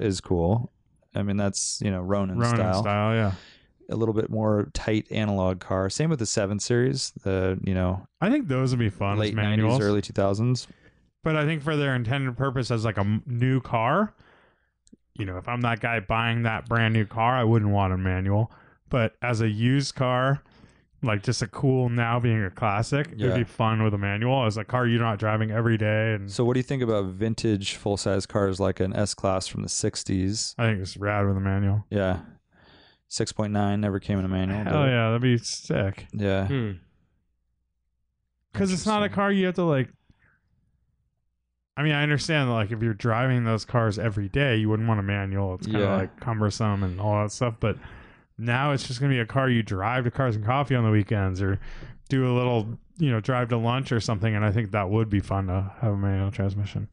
is cool. I mean that's you know Ronin, Ronin style. style. yeah. A little bit more tight analog car. Same with the seven series, the you know I think those would be fun as late manuals. nineties, early two thousands. But I think for their intended purpose as like a m- new car, you know, if I'm that guy buying that brand new car, I wouldn't want a manual. But as a used car, like just a cool now being a classic, Yeah. it'd be fun with a manual as a car you're not driving every day. And So what do you think about vintage full size cars like an S class from the sixties? I think it's rad with a manual. Yeah. Six point nine never came in a manual. Hell did it? yeah, that'd be sick. Yeah. Hmm. Because it's not a Interesting. car you have to like. I mean, I understand that like if you're driving those cars every day, you wouldn't want a manual. It's kind of Yeah. like cumbersome and all that stuff. But now it's just gonna be a car you drive to Cars and Coffee on the weekends or do a little, you know, drive to lunch or something. And I think that would be fun to have a manual transmission.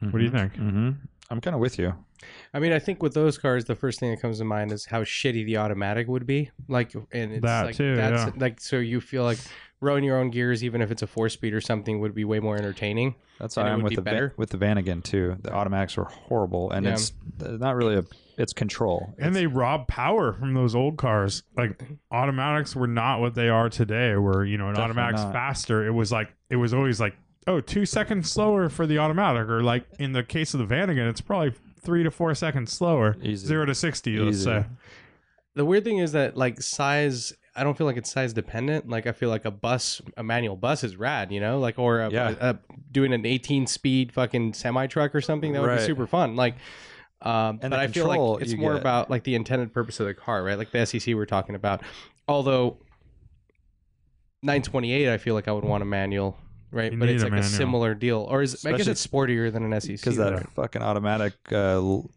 What do you think? hmm I'm kind of with you. I mean, I think with those cars, the first thing that comes to mind is how shitty the automatic would be. Like, and it's That like, too, That's yeah. like so you feel like rowing your own gears, even if it's a four speed or something, would be way more entertaining. That's how And it I'm would with be the van, better. with the Vanagon too. The automatics were horrible, and Yeah. it's not really a. It's control. And they robbed power from those old cars. Like automatics were not what they are today. Where you know an Definitely automatic's not. faster. It was like it was always like oh two seconds slower for the automatic, or like in the case of the Vanagon, it's probably three to four seconds slower. Easy. Zero to sixty, let's Easy. say. The weird thing is that like size, I don't feel like it's size dependent. Like I feel like a bus, a manual bus is rad, you know, like or a, Yeah. a- doing an 18 speed fucking semi truck or something that would Right. be super fun. Like, um, And but the I feel control like it's you more get. about like the intended purpose of the car, right? Like the SEC we're talking about. Although 928, I feel like I would want a manual, right? You but need it's a like a manual. similar deal, or is I guess Especially- it's sportier than an E SEC because that right? fucking automatic uh, l-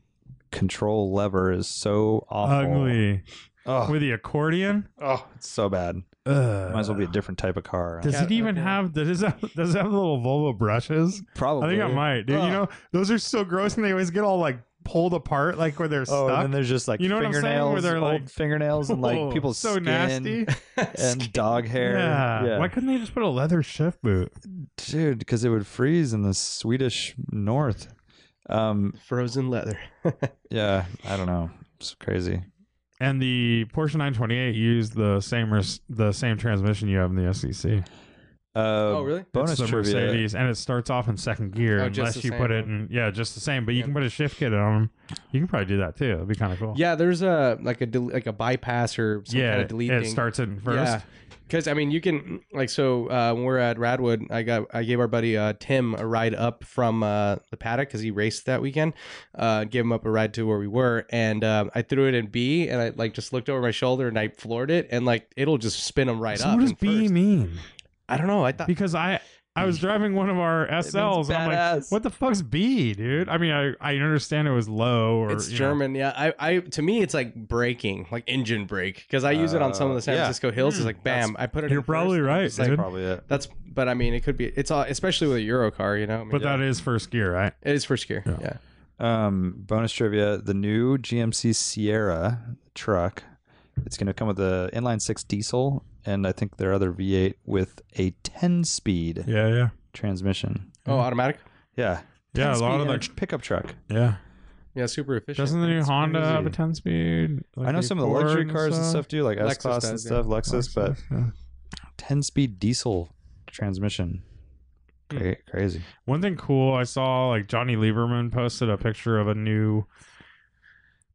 control lever is so awful. Ugly. Oh, With the accordion? oh, it's so bad. Ugh. Might as well be a different type of car. Does Yeah, it even okay. have does it have, does it have little Volvo brushes? I Probably. think I might, dude. You Ugh. know, those are so gross, and they always get all like pulled apart, like where they're Oh, and then stuck. there's just like You know what I'm saying? Where fingernails, they're, like- old fingernails, and Oh, like people's so skin nasty. and dog hair. Yeah. Why couldn't they just put a leather shift boot? dude, because it would freeze in the Swedish north. Um, Frozen leather. yeah, I don't know. It's crazy. And the Porsche 928 used the same res- the same transmission you have in the SEC. Uh, Oh, really? Bonus it's the trivia. Mercedes, and it starts off in second gear Oh, just unless the you same put it one. in. Yeah, just the same. But you Yeah. can put a shift kit on them. You can probably do that too. It'd be kind of cool. Yeah, there's a like a del- like a bypass or some Oh. yeah. kind of delete it thing. starts in first. because I mean you can like so uh, when we we're at Radwood, I got I gave our buddy uh, Tim a ride up from uh, the paddock because he raced that weekend. Uh, gave him up a ride to where we were, and um, I threw it in B, and I like just looked over my shoulder and I floored it, and like it'll just spin him right So up. what does in B first. mean? I don't know. I thought Because I I was driving one of our SLs. And I'm like, badass. what the fuck's B, dude? I mean, I I understand it was low or it's you know. German, yeah. I, I, to me, it's like braking, like engine brake, because I use it on some of the San Uh, yeah. Francisco hills. It's like, bam, I put it. Hmm, You're in probably first, right, It's dude. Like, Probably it. that's, but I mean, it could be. It's all, especially with a Euro car, you know. I mean, But that is first gear, right? it is first gear. Yeah. Um, bonus trivia: the new GMC Sierra truck. It's going to come with a inline six diesel, and I think their other V8 with a 10-speed Yeah, yeah, transmission. Oh, automatic. Yeah, yeah. A 10-speed lot of in the tr- pickup truck. yeah. Yeah, super efficient. Doesn't the new It's Honda crazy. have a ten speed? I know some of the luxury cars and stuff do, like S Lexus Class and does, yeah. stuff, Lexus, Oh, but 10-speed diesel transmission. Hmm. Cra- Crazy. One thing cool I saw, like Johnny Lieberman posted a picture of a new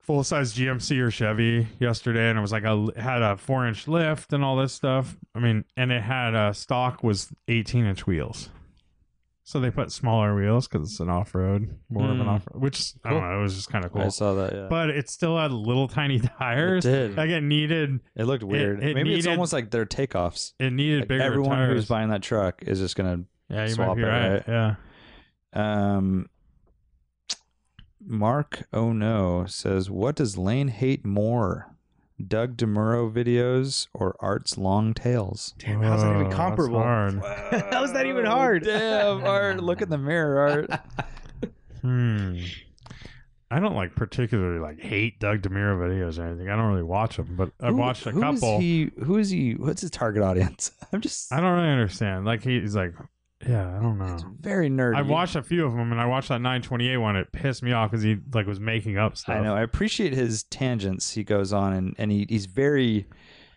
full size GMC or Chevy yesterday, and it was like a had a four inch lift and all this stuff. I mean, and it had uh, stock was eighteen inch wheels, so they put smaller wheels because it's an off road, more of an Mm. off, which I don't Cool. know, it was just kind of I cool. saw that. Yeah, But it still had little tiny it tires. did. Like it needed, It looked weird. it Maybe it's needed- almost like their takeoffs. it needed Like, bigger everyone tires. who's buying that truck is just going to yeah, you might swap be it, right. right? Yeah. Um, Mark Oh No says, "What does Lane hate more, Doug Demuro videos or Art's long tails?" Damn, how's that Whoa, even that's comparable? hard. how's that even hard? Oh, Damn, Art, look in the mirror, Art. Hmm. I don't like particularly like hate Doug Demiro videos or anything. I don't really watch them, but I've Who- watched a who is couple. he? Who is he? What's his target audience? I'm just I don't really understand. Like he- he's like, yeah, I don't know. it's very nerdy. I've watched a few of them, and I watched that 928 one. It pissed me off because he like was making up stuff. I know. I appreciate his tangents. He goes on and, and he, he's very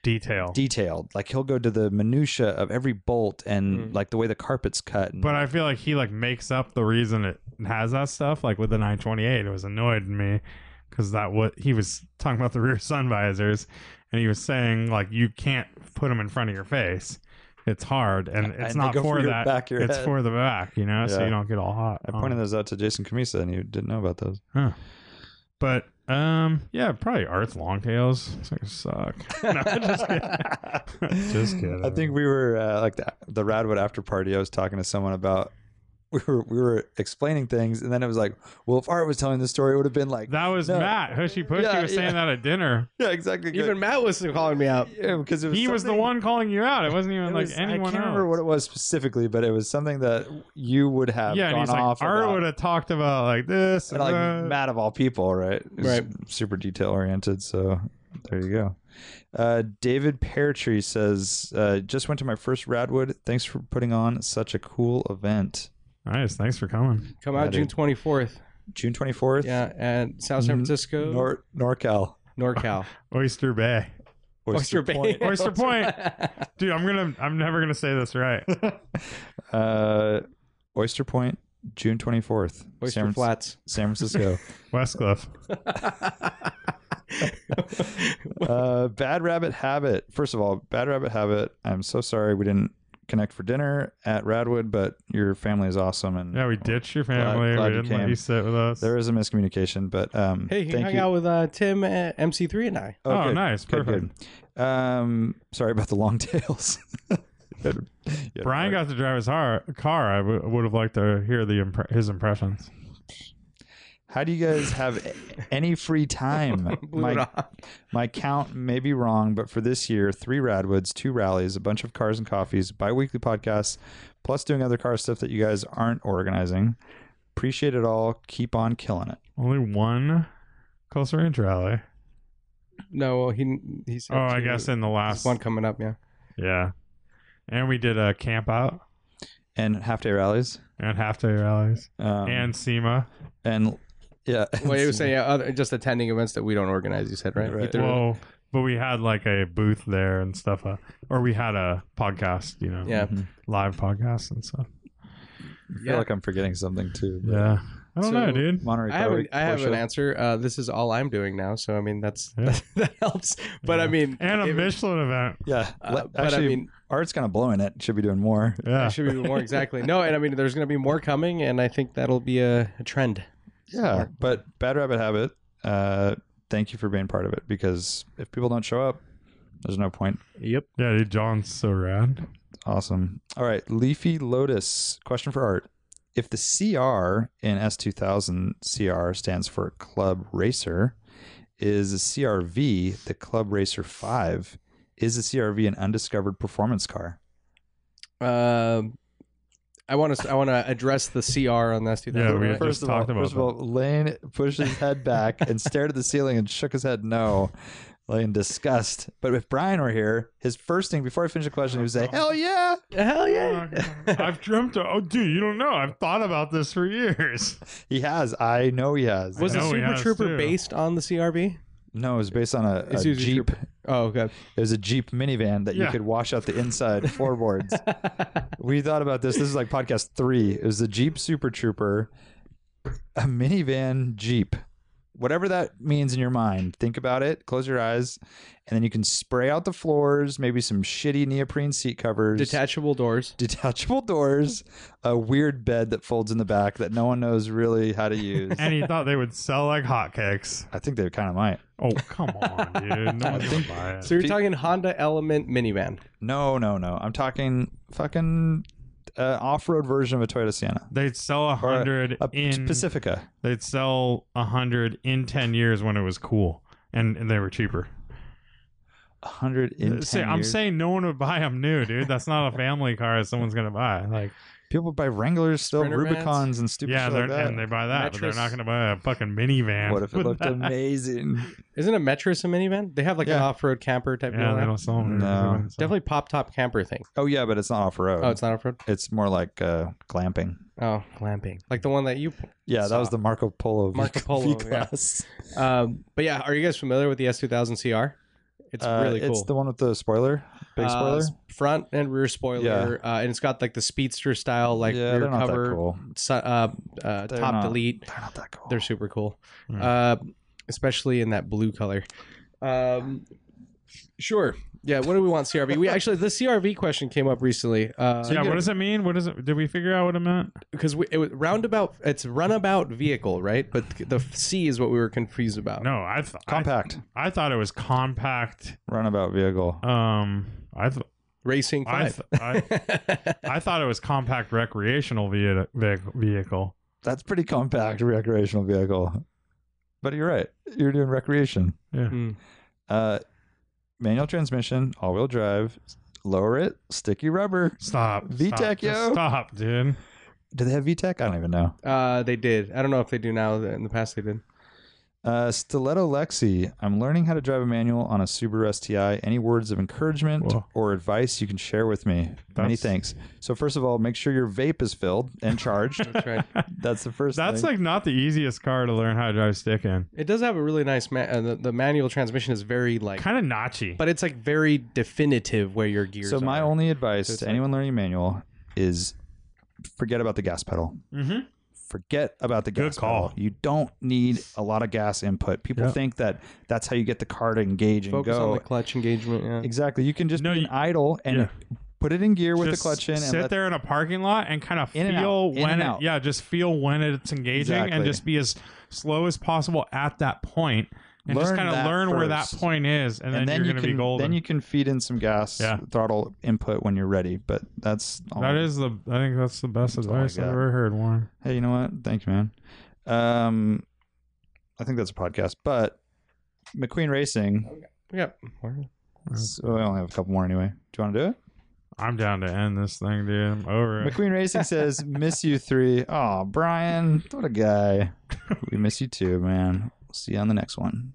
detail. detailed. Like he'll go to the minutia of every bolt and Mm. like the way the carpet's cut. Hmm. And but I feel like he like makes up the reason it has that stuff. Like with the 928, it was annoyed me because that what he was talking about the rear sun visors, and he was saying like you can't put them in front of your face. It's hard, and And it's they not go for, for your that. back, your it's head. for the back, you know, so Yeah. you don't get all hot. I on pointed it. those out to Jason Camisa, and he didn't know about those. but um, yeah, probably Art's long tails It's gonna suck. no, just kidding. just kidding. I think we were uh, like the, the Radwood after party. I was talking to someone about we were we were explaining things, and then it was like, well, if Art was telling the story, it would have been like, that was No. Matt Hushy Pushy Yeah, was saying that at dinner. yeah, exactly. Even Matt was calling me out. yeah, because it was He was the something- one calling you out. It wasn't even it like was- I anyone else. can't remember what it was specifically, but it was something that you would have yeah, and gone he's off like, Art about. would have talked about like this and and like that." Matt of all people, right? Is Right. Super detail oriented. So there you go. Uh, David Peartree says, uh, "Just went to my first Radwood. Thanks for putting on such a cool event. Nice, thanks for coming. Come Yeah, out June dude. 24th. June twenty fourth. Yeah, at South San Mm-hmm. N- Francisco, Nor- NorCal NorCal, Oyster Bay, Oyster Bay, Point. Oyster Point. dude. I'm gonna, I'm never gonna say this right. Uh, Oyster Point, June 24th, Oyster San, Fran- Flats. San Francisco. Westcliff. uh, Bad Rabbit Habit. First of all, Bad Rabbit Habit. I'm so sorry we didn't connect for dinner at Radwood, but your family is awesome, and Yeah, we ditched your family. glad we you didn't let came. you sit with us. there is a miscommunication. But um, hey, he thank hung you. out with uh, Tim, uh, MC3, and I. Oh, good. nice. Good, Perfect. good. Um, sorry about the long tails. Brian got to drive his har- car. I w- would have liked to hear the impre- his impressions. How do you guys have any free time? Blew it my, off. my count may be wrong, but for this year, three Radwoods, two rallies, a bunch of cars and coffees, bi weekly podcasts, plus doing other car stuff that you guys aren't organizing. Appreciate it all. Keep on killing it. Only one close range rally. No, well, he he said. Oh, I two. guess in the There's last one coming up. Yeah, Yeah. And we did a camp out And half day rallies. and half day rallies Um, and SEMA. and yeah. well, you were saying uh, other, just attending events that we don't organize. You said right? Right. Either- Well, but we had like a booth there and stuff, uh, or we had a podcast, you know, yeah, Mhm. live podcast and stuff. I feel yeah. like I'm forgetting something too. but- Yeah, I don't So- know, dude. Monterey I have, Car Week an, I have Porsche. an answer. Uh, this is all I'm doing now, so I mean that's Yeah. that, helps. But I Yeah. mean, And a it- Michelin event. Yeah. uh, let- but actually, I mean, art's kind of blowing it. Should be doing more. Yeah, I should be more exactly. No, and I mean, there's going to be more coming, and I think that'll be a, a trend. Yeah, but Bad Rabbit Habit. Uh, thank you for being part of it because if people don't show up, there's no point. Yep. yeah, dude. John's so rad. Awesome. All right, Leafy Lotus. Question for Art: If the CR in S2000 CR stands for Club Racer, is a CRV the Club Racer Five? Is the CRV an undiscovered performance car? Um, I want to I want to address the CR on this. Yeah, Oh, we right? just First of all, talked about first of all, Lane pushed his head back and stared at the ceiling and shook his head no, like in disgust. But if Brian were here, his first thing before I finish the question, he would Oh, say, "Hell yeah!" hell yeah. I've dreamt of. Oh, dude, you don't know. I've thought about this for years. He has. I know he has. Was I the know he Super has, Trooper too. based on the CRV? no, it was based on a, a It's usually Jeep. Oh, okay. It was a Jeep minivan that you Yeah. could wash out the inside floorboards. we thought about this. This is like podcast three. It was the Jeep Super Trooper, a minivan Jeep. Whatever that means in your mind, think about it, close your eyes, and then you can spray out the floors, maybe some shitty neoprene seat covers, Detachable doors. detachable doors, a weird bed that folds in the back that no one knows really how to use. And he thought they would sell like hotcakes. I think they kind of might. Oh, come on, dude. No one's gonna buy it. So you're talking Honda Element minivan. No, no, no. I'm talking fucking uh, off road version of a Toyota Sienna. They'd sell a Or a- hundred A in Pacifica. They'd sell a hundred in ten years when it was cool, and, and they were cheaper. 100 Uh, in Uh, Say- 10 I'm years. saying no one would buy them new, dude. That's not a family car that someone's gonna buy. Like, People buy Wranglers still, Sprinter Rubicons, vans. and stupid yeah, shit they're, like that. and they buy that, but they're Mattress. not gonna buy a fucking minivan. what if it with looked that. amazing? Isn't a Metris a minivan? They have like an Yeah. off-road camper type. Yeah, Yeah, they don't sell them. No. Definitely pop top camper thing. Oh yeah, but it's not off road. Oh, it's not off-road. It's more like uh, glamping. Oh, glamping. Like the one that you. Yeah, that was Stop. the Marco Polo. V- Marco Polo, yeah. V-Class. Um, but yeah, are you guys familiar with the S2000 CR? It's Uh, really cool. It's the one with the spoiler, big Uh, spoiler. s- front and rear spoiler, uh, and it's got like the speedster style, like yeah, rear they're not cover, that cool. su- uh, uh, They're not- top Hmm. delete. They're not that cool. They're super cool, Mm. uh, especially in that blue color. Um, sure. Yeah. What do we want CRV? We actually the CRV question came up recently. Uh, yeah, what does it mean? What is it? Did we figure out what it meant? because we it was roundabout it's runabout vehicle right but the f- c is what we were confused about No, I th- compact I, I thought it was compact. runabout vehicle. Um, I th- racing I, five th- I I thought it was compact recreational vehi- vehi- vehicle. That's pretty compact recreational vehicle. But you're right. You're doing recreation. Yeah. Mm. Uh, manual transmission, all wheel drive, lower it, sticky rubber. Stop. VTEC, stop, just yo. Stop, dude. Do they have VTEC? I don't even know. uh they did i don't know if they do now in the past they did Uh, Stiletto Lexi, I'm learning how to drive a manual on a Subaru STI. Any words of encouragement Whoa. or advice you can share with me? Many That's- thanks. So first of all, make sure your vape is filled and charged. that's right That's the first. That's thing. like not the easiest car to learn how to drive stick in. it does have a really nice ma- uh, the, the manual transmission is very like Kind of notchy. but it's like very definitive where your gears so. My are. only advice So it's to like- anyone learning a manual is forget about the gas pedal. mm-hmm. forget about the Good gas. pedal. call. You don't need a lot of gas input. People Yeah. think that that's how you get the car to engage and Focus go. on the clutch engagement. Yeah. Exactly. You can just No, be you- an idle and yeah. put it in gear with the Just clutch in and sit let- there in a parking lot and kind of In and feel out, in when and it- out. yeah, just feel when it's engaging and Exactly. just be as slow as possible at that point and just Learn kind of that learn where that first. point is and, and then, then, you're you going to be can golden. then you can feed in some gas Yeah. throttle input when you're ready. But that's all. that is the I think that's the best That's all I advice I've got. ever heard, Warren. Hey, you know what? Thank you, man. Um, I think that's a podcast, but McQueen Mm-hmm. Racing. Yep. So I only have a couple more anyway. Do you want to do it? I'm down to end this thing, dude. I'm over it. McQueen Racing says, "Miss you three. Oh, Brian, what a guy. we miss you too, man. We'll see you on the next one."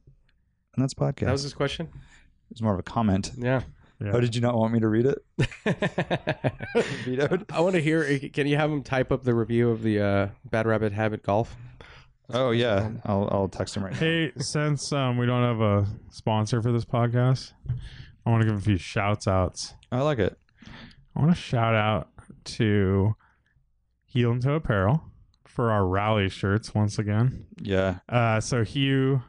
And that's podcast. That was his question. it was more of a comment. Yeah. Yeah. Oh, did you not want me to read it? Vetoed. I want to hear. uh, Can you have him type up the review of the uh, Bad Rabbit Habit Golf? Oh yeah, I'll I'll text him right now. Hey, since um, we don't have a sponsor for this podcast, I want to give a few shouts outs. I like it. I want to shout out to Heel and Toe Apparel for our rally shirts once again. Yeah, Uh, so Hugh,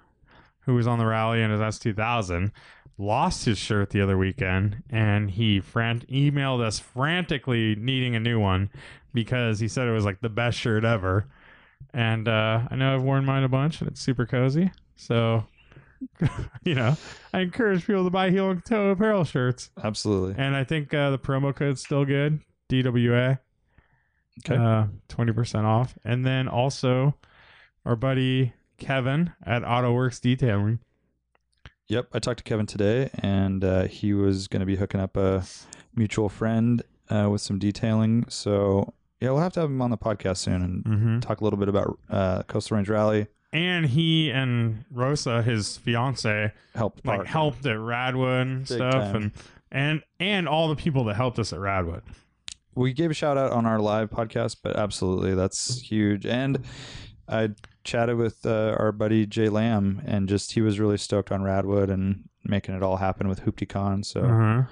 who was on the rally in his S2000, lost his shirt the other weekend, and he frant- emailed us frantically needing a new one because he said it was like the best shirt ever. And uh, I know I've worn mine a bunch, and it's super cozy. So, you know, I encourage people to buy heel and toe apparel shirts. absolutely. And I think uh, the promo code's still good. DWA. Okay. Uh, 20% off. And then also our buddy Kevin at AutoWorks Detailing. Yep, I talked to Kevin today, and uh, he was going to be hooking up a mutual friend uh, with some detailing. So yeah, we'll have to have him on the podcast soon and Mm-hmm. talk a little bit about uh, Coastal Range Rally. And he and Rosa, his fiance, Help, like Park. helped at Radwood and Big stuff time. and and and all the people that helped us at Radwood. we gave a shout out on our live podcast, but absolutely, that's huge. And I chatted with uh, our buddy Jay Lamb, and just he was really stoked on Radwood and making it all happen with HooptyCon. So Uh-huh.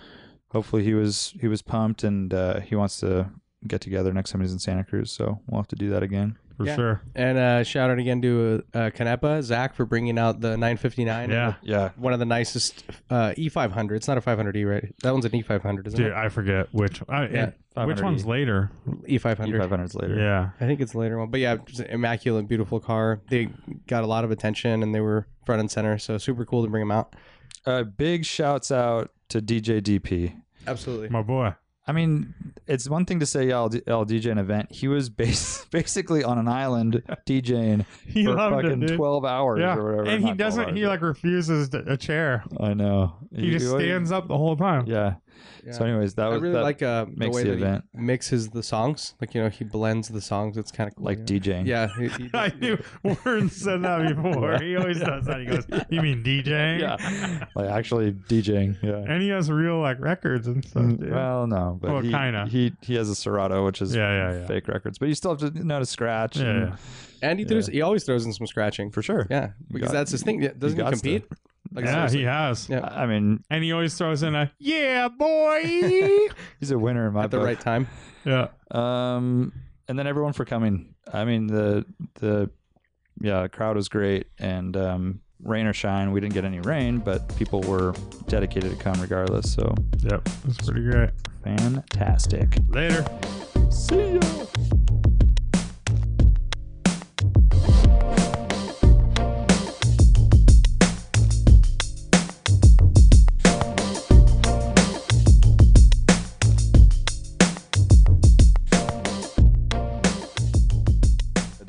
hopefully, he was he was pumped, and uh, he wants to get together next time he's in Santa Cruz. So we'll have to do that again. For Yeah. sure. And uh, shout out again to uh, Canepa, Zach, for bringing out the 959. Yeah. Yeah, One of the nicest uh, E500. It's not a 500E, right? That one's an E500, isn't Dude, I forget which I, Yeah, which 500E. one's later. it? E500. five hundreds later. Yeah. I think it's a later one, but yeah, just an immaculate, beautiful car. They got a lot of attention and they were front and center, so super cool to bring them out. Uh, big shouts out to DJ DP. Absolutely. My boy. I mean, it's one thing to say, yeah, I'll, d- I'll DJ an event. He was bas- basically on an island DJing He for loved fucking it. Dude. 12 hours yeah. or whatever. and he not 12 doesn't he hours. like refuses to, a chair. I know. He just stands up the whole time. Yeah. So, anyways, that I was really that, like, like uh, the makes way the that event. he mixes the songs. Like you know, he blends the songs. It's kind of cool. you know? DJing. Yeah, he- he I does- knew Warren said that before. He always does that. He goes, "You mean DJing?" Yeah. like actually DJing. Yeah. And he has real like records and stuff. Dude. Mm, Well, no, but Well, he, kinda. he he has a Serato, which is Yeah, yeah, yeah. fake records, but you still have to know to scratch. Yeah, and- yeah. and he throws. He always throws in some scratching. for sure. Yeah, because got- that's his thing. Yeah, Doesn't he gots to. compete? Like, yeah, seriously. he has. Yeah. I I mean, And he always throws in a "Yeah, boy." he's a winner in my at the book. right time. yeah, Um, and then everyone for coming. I mean the the yeah crowd was great, and um, rain or shine, we didn't get any rain, but people were dedicated to come regardless. So yep. That's pretty great. fantastic. Later. See ya.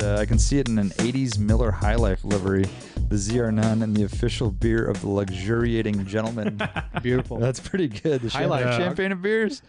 Uh, I can see it in an 80s Miller High Life livery, the ZR Nun, and the official beer of the luxuriating gentleman. Beautiful. That's pretty good. The High Life, champagne, dog. champagne and beers.